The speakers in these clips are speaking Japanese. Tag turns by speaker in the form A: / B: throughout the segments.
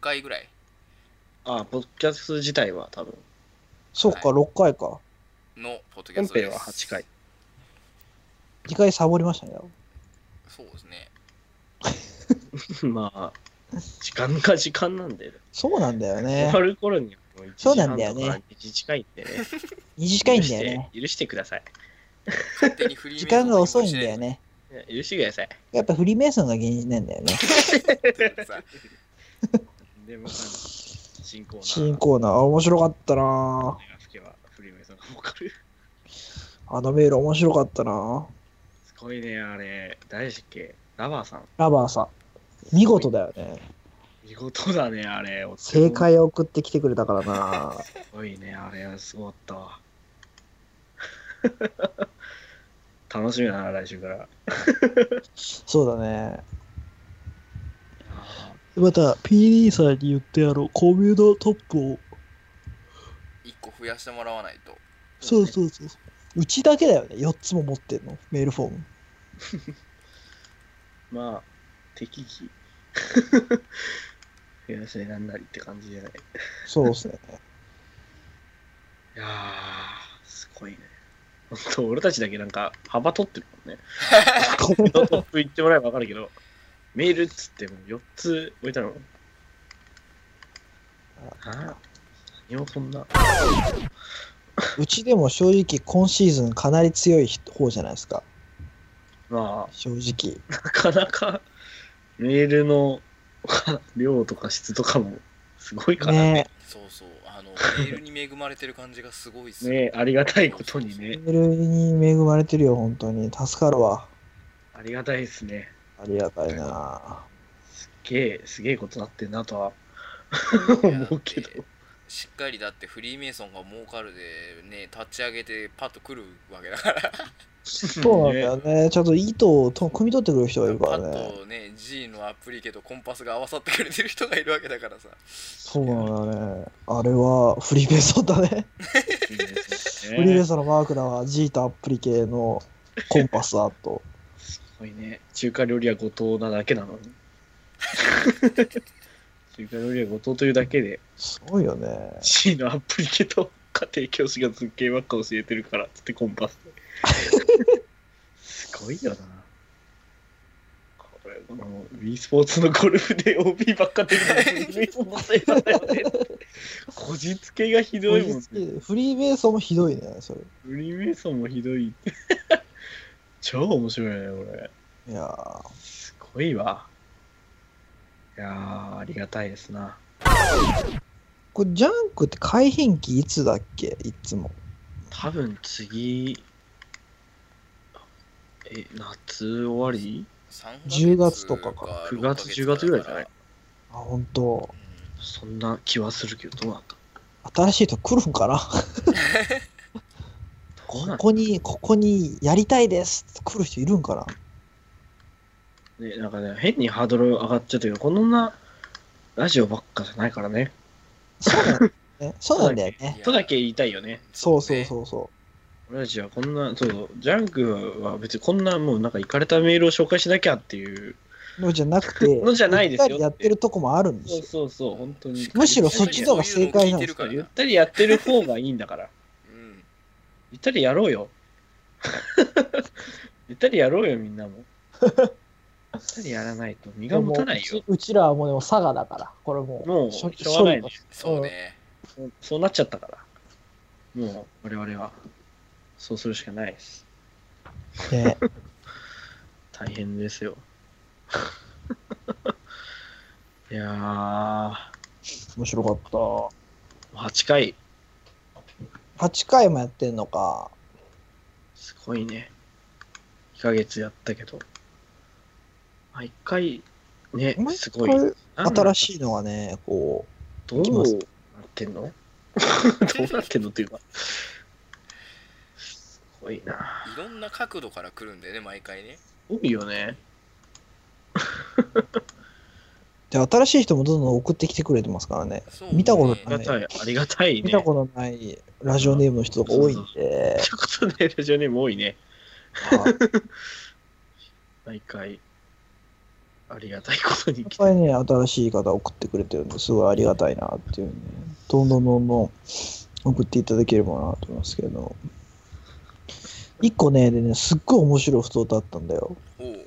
A: 回ぐらい
B: あ、ポッドキャスト自体は多分。
C: そっか、6回か。
A: のポッドキャ
B: 本
A: ストで
B: 編
A: す。
B: は8回。。
C: 次回サボりましたね。
A: そうですね。
B: まあ、時間が時間なんで、
C: そうなんだよね
B: 終わ。る頃にはもう1時
C: そう
B: 半と
C: なん
B: か
C: だよね
B: 2時近いんでね。
C: 短いんだよね。
B: 許して許してください。
A: 勝手にフリー
C: 時間が遅いんだ
A: メイ
C: よ
A: ソン
C: ね。
B: いや許してください。
C: やっぱフリーメイソンが原因なんだよね。
A: ということでさ
B: でも、あの新コーナー。
C: 新コーナー、面白かった
B: ー
C: な
B: ナー。吹けばフリーメイソンが儲かる。
C: ぁあのメール面白かったなぁ
B: すごいね、あれ。誰でしたっけラバーさん。
C: ラバーさん。見事だよね。
B: 見事だね、あれ。
C: 正。解を送ってきてくれたからなぁ
B: すごいね、あれはすごかったわ。 楽しみだな、来週から。
C: そうだね。また、PD さんに言ってやろう。コミュのトップを。
A: 一個増やしてもらわないと。
C: そうそうそう。うちだけだよね。4つも持ってんの。メールフォーム。
B: まあ、適宜。 増やせなんなりって感じじゃない。
C: そうです ね。
B: いやー、すごいね。ほんと、俺たちだけなんか幅取ってるもん ね。
C: コミ
B: ト
C: ュ
B: ップ言ってもらえばわかるけど、メールっつっても4つ置いたの。ああ、何をそんな。
C: うちでも正直今シーズンかなり強い方じゃないですか。
B: まあ、
C: 正直。
B: なかなかメールの 量とか質とかもすごいからね。
C: ね
A: そうそう。あの、メールに恵まれてる感じがすごいっすよ
B: ねありがたいことにね。
C: メールに恵まれてるよ、本当に。助かるわ。
B: ありがたいですね。
C: ありがたいな
B: すっげえ、すげえことなってんなとは
A: いや
B: 思うけど
A: だっ。てしっかりだってフリーメイソンが儲かるでね立ち上げてパッと来るわけだから
C: そうなんだよね。ちゃんと糸をと汲み取ってくれる人がいるか
A: パ
C: ら
A: ッ
C: ね。
A: とね G のアプリケとコンパスが合わさってくれてる人がいるわけだからさ
C: そうなんだよね。あれはフリーベーソンだね。
B: いいですね
C: フリーベーソンのマークだわ。G とアップリ系のコンパスだと。
B: すごいね。中華料理は後藤なだけなのに。中華料理は後藤というだけで、
C: すごいよね。
B: C のアプリケと家庭教師が図形ばっか教えてるから、つってコンパスで。すごいよな。これ、この e スポーツのゴルフで OB ばっか出るの e スポーツのせいなんだよね。こじつけがひ
C: フ
B: ど
C: リ
B: いもんね。
C: ーベーソンもひどいね、それ。
B: フリーメイソンもひどい。 超面白いね、これ。
C: いやー
B: すごいわ。いやー、ありがたいですな。
C: これジャンクって改変期いつだっけいつも。
B: 多分次、え、夏終わり
A: 3
C: 10月とかか
B: 9月10月ぐらいじゃない
C: あ、本当。
B: そんな気はするけど、どうなんだ
C: 新しい人来るんかな
B: どうなん
C: ここに、ここにやりたいですって来る人いるんかな
B: ね、なんかね、変にハードル上がっちゃったけど、こんなラジオばっかじゃないからね。
C: そうなんだよ ね。そうなんだよね。
B: とだけ言いたいよね。
C: そうそうそうそ
B: 俺たちはこんな、そうそう、ジャンクは別にこんなもうなんか行かれたメールを紹介しなきゃっていう
C: う。のじゃなくて、
B: のじゃないですよ
C: ゆったりやってるとこもあるんです
B: そう
C: よ。
B: そうそう、本当に。
C: むしろそっちの方が正解なんです
A: か
B: ゆったりやってる方がいいんだから。
A: うん
B: ゆったりやろうよ。 ゆったりやろうよ、みんなも。ゆったりやらないと身が持たない
C: でも
B: よ
C: うち。うちらはもうでも佐賀だから、これもう。
B: もう、し
C: 処理
B: ょうがないね。
A: そうね
B: そうそうなっちゃったから。もう、我々は、そうするしかないです。
C: 処理ね
B: 大変ですよ。 いやー、
C: 面白かっ
B: 8回、
C: た。8回もやってんのか。
B: すごいね。1ヶ月やったけど。毎回、ね、すごい。
C: 毎
B: なん
C: 回
B: だ
C: 新しいのがね、こ
B: どう
C: きます
B: なって んのどうなってんのっていうか。すごいな。
A: いろんな角度から来るんでね毎回ね
B: 多いよね。
C: う。で、新しい人もどんどん送ってきてくれてますからね。
A: そう
C: 見たこと
B: あ
C: ない
B: りがたい。ありがたいね。
C: 見たことないラジオネームの人が多いんで
B: 見、たことないラジオネーム多いね。
C: はい
B: 毎回。ありがたいことに
C: いっ
B: 来て
C: ぱいね、新しい方送ってくれてるんで、すごいありがたいなっていうね。どんどんどんどん送っていただければなと思いますけど。一個ね、でね、すっごい面白い不当とあったんだよ。
A: おう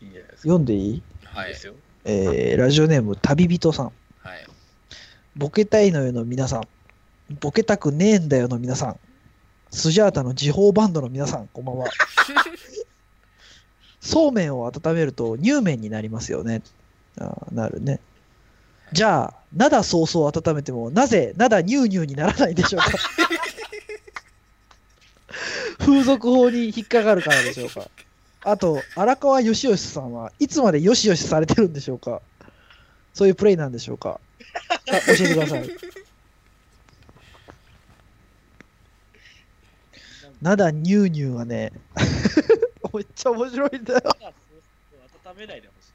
B: いいじゃないですか。
C: 読んでいい
A: はい
B: い
A: い
B: ですよ。
C: えー、ラジオネーム、旅人さん。
A: はい
C: ボケたいのよの皆さん。ボケたくねえんだよの皆さん。スジャータの時報バンドの皆さん、こんばんは。そうめんを温めると乳麺になりますよね。あーなるね。じゃあ、なだそうそう温めても、なぜなだ乳乳にならないでしょう か風俗法に引っかかるからでしょうかあと、荒川よしよしさんはいつまでよしよしされてるんでしょうかそういうプレイなんでしょうかあ教えてくださ い。なだ乳乳はね、 めっちゃ面白いんだよ。
B: 温めないでほしい。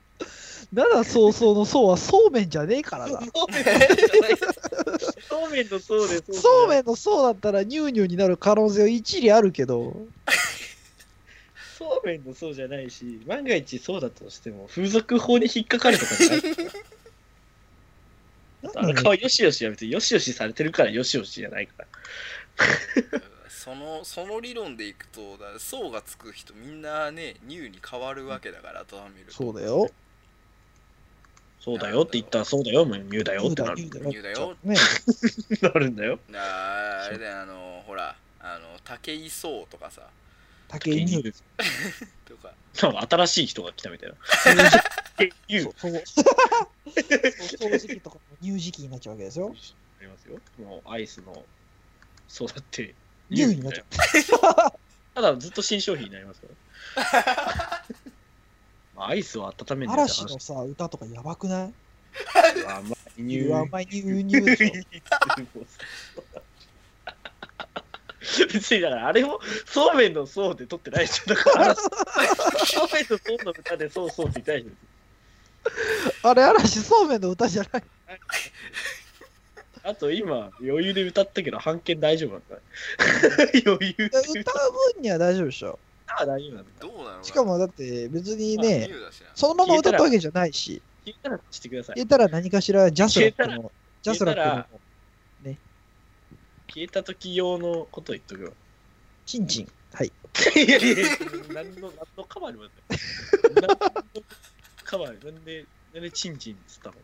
C: なだそうそうのそうは そうめんじゃねえからだ。
B: そうめんのそうで
C: そうめ
B: ん。
C: んのそうだったら乳乳になる可能性は一理あるけど、
B: そうめんのそうじゃないし、万が一そうだとしても、風俗法に引っかかるとかじゃない。 あの顔よしよしやめて、よしよしされてるからよしよしじゃないから。
A: そのその理論でいくとだ層がつく人みんなねニューに変わるわけだから温めると
C: そうだよ。
B: そうだよって言ったらそうだよ、もう言うだよってなる
C: 乳だ
A: 乳だよ
C: ね、
B: なるんだよ。
A: だからあれだよあのほらあの竹井壮とかさ
C: 竹井乳
A: とか
B: なんか新しい人が来たみたいな。言う。
C: そう。そう時期とかの乳時期になっちゃうわけですよ。
B: ありますよ。もうアイスの、そうだって、
C: 乳になっちゃう。
B: ただずっと新商品になります よ。まあアイスを温めるって
C: 嵐
B: 話
C: のさ、歌とかやばくない
B: は、まあ、
C: ニ
B: ニ
C: ュ
B: ュ
C: ーア
B: ー
C: マイ乳乳でしょ。
B: 別にだからあれもそうめんのそうで取ってないでしょだからそうめんのそうの歌でそうそうって言いたいで
C: あれ、嵐そうめんの歌じゃない。
B: すあと今余裕で歌ったけど半券大丈夫なん だ余裕で
C: 歌う分には大丈夫でしょ。
B: あ大丈夫なんだ
A: どうなの
C: しかもだって別
A: ニ
C: にね、
A: ューだしな
C: そのまま歌ったわけじゃないし、
B: 聞いたらしてください
C: 言えたら何かしらジャスラックの、ジャス
B: 消
C: ラ
B: えた
C: ッ
B: ら
C: クの
B: 消えた時用のこと言っとくよ
C: チンチン。はい。
B: いやいやいや何の何のカバーにもなってない何のカバーなんでなんでチンチンっつったの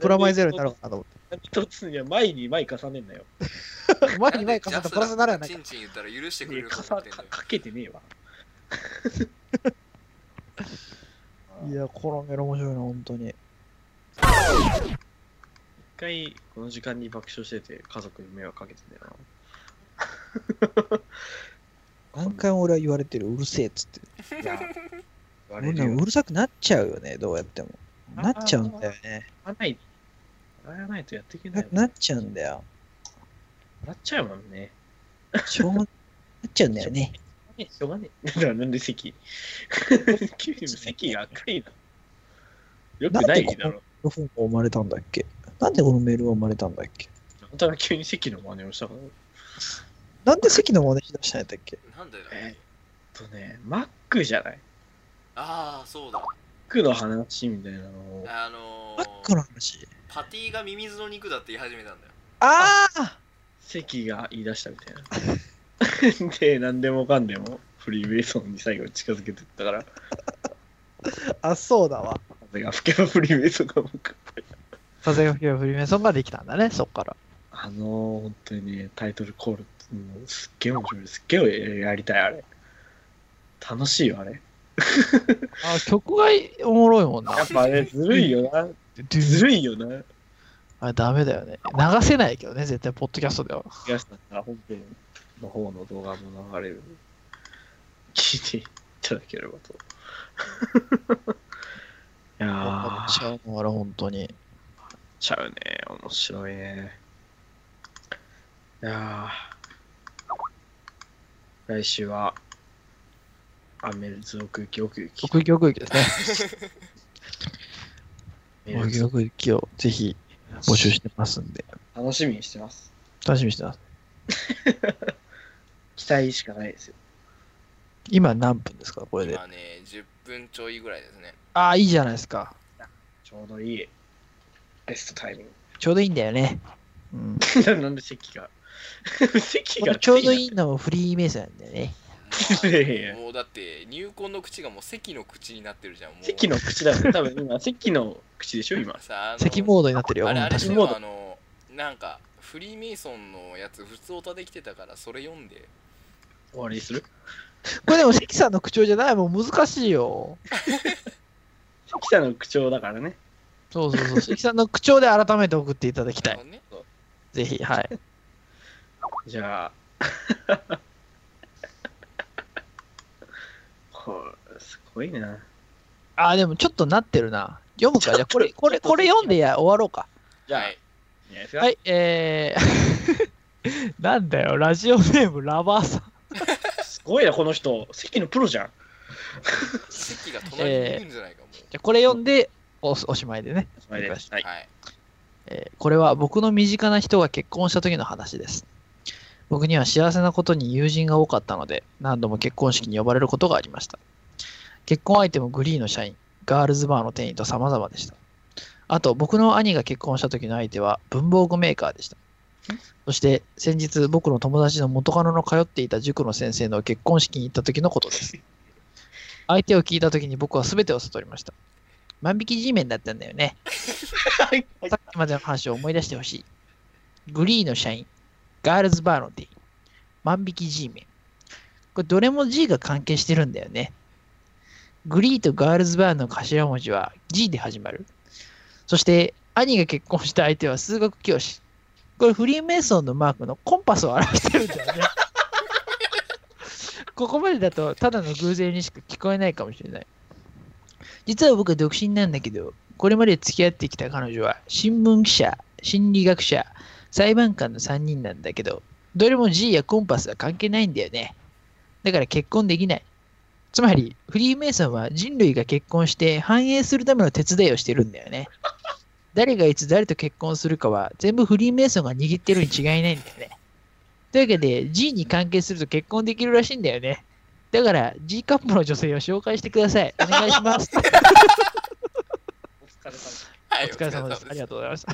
C: プラマイゼロになるかなと思って。
B: 一つには前に前重ねんなよ。
C: 前に前重ねたプラスにならない
A: チ。ンチン言ったら許してくれ
B: ね
A: ると
B: か
A: 思
B: さ
A: ってん
B: か
A: のよ
B: かけてねえわ。
C: いや、このメロ面白いな、本当に。
B: 一回この時間に爆笑してて家族に迷惑かけてんだよ
C: 何回も俺は言われてる、うるせえっつっ
B: な。
C: て。
B: いや言わ
C: 俺
B: れ
C: ね
B: るよ
C: う。るさくなっちゃうよね、どうやっても。
B: あ
C: なっちゃうんだよね。
B: 笑わない。笑わないとやっていけない
C: な
B: よ。
C: なっちゃうんだよ。
B: 笑っちゃうもんね。
C: しょうがなっちゃうんだよね。
B: しょうがねえ。だからなんで 席急に席が赤いな。よくないだろ。
C: この本が生まれたんだっけなんでこのメールが生まれたんだっけ
B: あんたが急に席の真似をしたから。
C: なんで関の真似しだしたんやったっけ
A: なんだよ
B: えーっとね、マックじゃない
A: ああそうだ
B: マックの話みたいなのを。
A: あの
C: マック
A: ー、
C: の話。
A: パティがミミズの肉だって言い始めたんだよ
C: ああ
B: 関が言い出したみたいな。 で、何でもかんでもフリーベイソンに最後近づけてったから、
C: あ、そうだわ。
B: 風が吹けばフリーベイソンが僕。
C: 風が吹けばフリーメイソンができたんだね、そっから。
B: あのー、本当にね、タイトルコール、もうすっげえ面白い。すっげえやりたい、あれ。楽しいよ、あれ。
C: あ、曲がおもろいもんな
B: やっぱあれ、ずるいよな。ずるいよな。
C: あれダメだよね。流せないけどね、絶対、ポッドキャストでは。
B: 東さんから本編の方の動画も流れる。聞いていただければと。 いやー。
C: 違うのあれ、本当に。
B: ちゃうね。面白いね。いやー来週は、アメルズ奥行き奥行き。
C: 奥行き奥行きですね。
B: アメル
C: 奥行き
B: ズ
C: 奥行きをぜひ募集してますんで、
B: 楽しみにしてます。
C: 楽しみにしてます。
B: 期待しかないですよ。
C: 今何分ですか、これで。
A: 今ね10分ちょいぐらいです ね。
C: ああ、いいじゃないですか。
B: ちょうどいい。ベストタイミン
C: ちょうどいいんだよね。うん、
B: グ。 なんで席が。席が。
C: ちょうどいいのもフリーメイソンなんだよね。
B: いやいや
A: まあもうだって入婚の口がもう席の口になってるじゃん。もう
B: 席の口だ。多分今、席の口でしょ、今。
A: さああの
C: 席モードになってるよ。
A: あれあれ
C: うん確
A: で
C: かに
A: もあのなんかフリーメイソンのやつ普通オタできてたからそれ読んで
B: 終わりにする
C: これでも関さんの口調じゃないもん難しいよ。
B: 関さんの口調だからね。
C: そうそうそう。関さんの口調で改めて送っていただきた
A: ないるほ。どね
C: ぜひ、はい。
B: じゃあ。 これ、すごいな。
C: ああ、でもちょっとなってるな。読むか。じゃあこれ、これ、これ読んでや終わろうか。
B: じゃあ、
A: はいい、
B: いですか
C: はい、えー。 なんだよ、ラジオネームラバーさん。
B: すごいな、この人。席のプロじゃん。
A: 席が隣にいるんじゃないかも
C: じゃあこれ読んでおおしまいでね、
B: お前で
C: 了解し
B: はい。
A: うはい
C: えーこれは僕の身近な人が結婚した時の話です。僕には幸せなことに友人が多かったので、何度も結婚式に呼ばれることがありました。結婚相手もグリーの社員、ガールズバーの店員と様々でした。あと、僕の兄が結婚した時の相手は文房具メーカーでした。そして、先日僕の友達の元カノの通っていた塾の先生の結婚式に行った時のことです。相手を聞いた時に僕は全てを悟りました。万引き G メンだったんだよね。
B: はい
C: さっきまでの話を思い出してほしい。グリーの社員、ガールズバーの店員、万引き G メン。これどれも G が関係してるんだよね。グリーとガールズバーの頭文字は G で始まる。そして、兄が結婚した相手は数学教師。これフリーメイソンのマークのコンパスを表してるんだ よね。ここまでだとただの偶然にしか聞こえないかもしれない。実は僕は独身なんだけど、これまで付き合ってきた彼女は新聞記者、心理学者、裁判官の3人なんだけど、どれも G やコンパスは関係ないんだよね。だから結婚できない。つまり、フリーメイソンは人類が結婚して繁栄するための手伝いをしてるんだよね。誰がいつ誰と結婚するかは全部フリーメイソンが握ってるに違いないんだよね。というわけで G に関係すると結婚できるらしいんだよね。だから G カップの女性を紹介してください。お願いします。
B: お疲れ様です。
A: はい
C: お疲れ様です。ありがとうございました。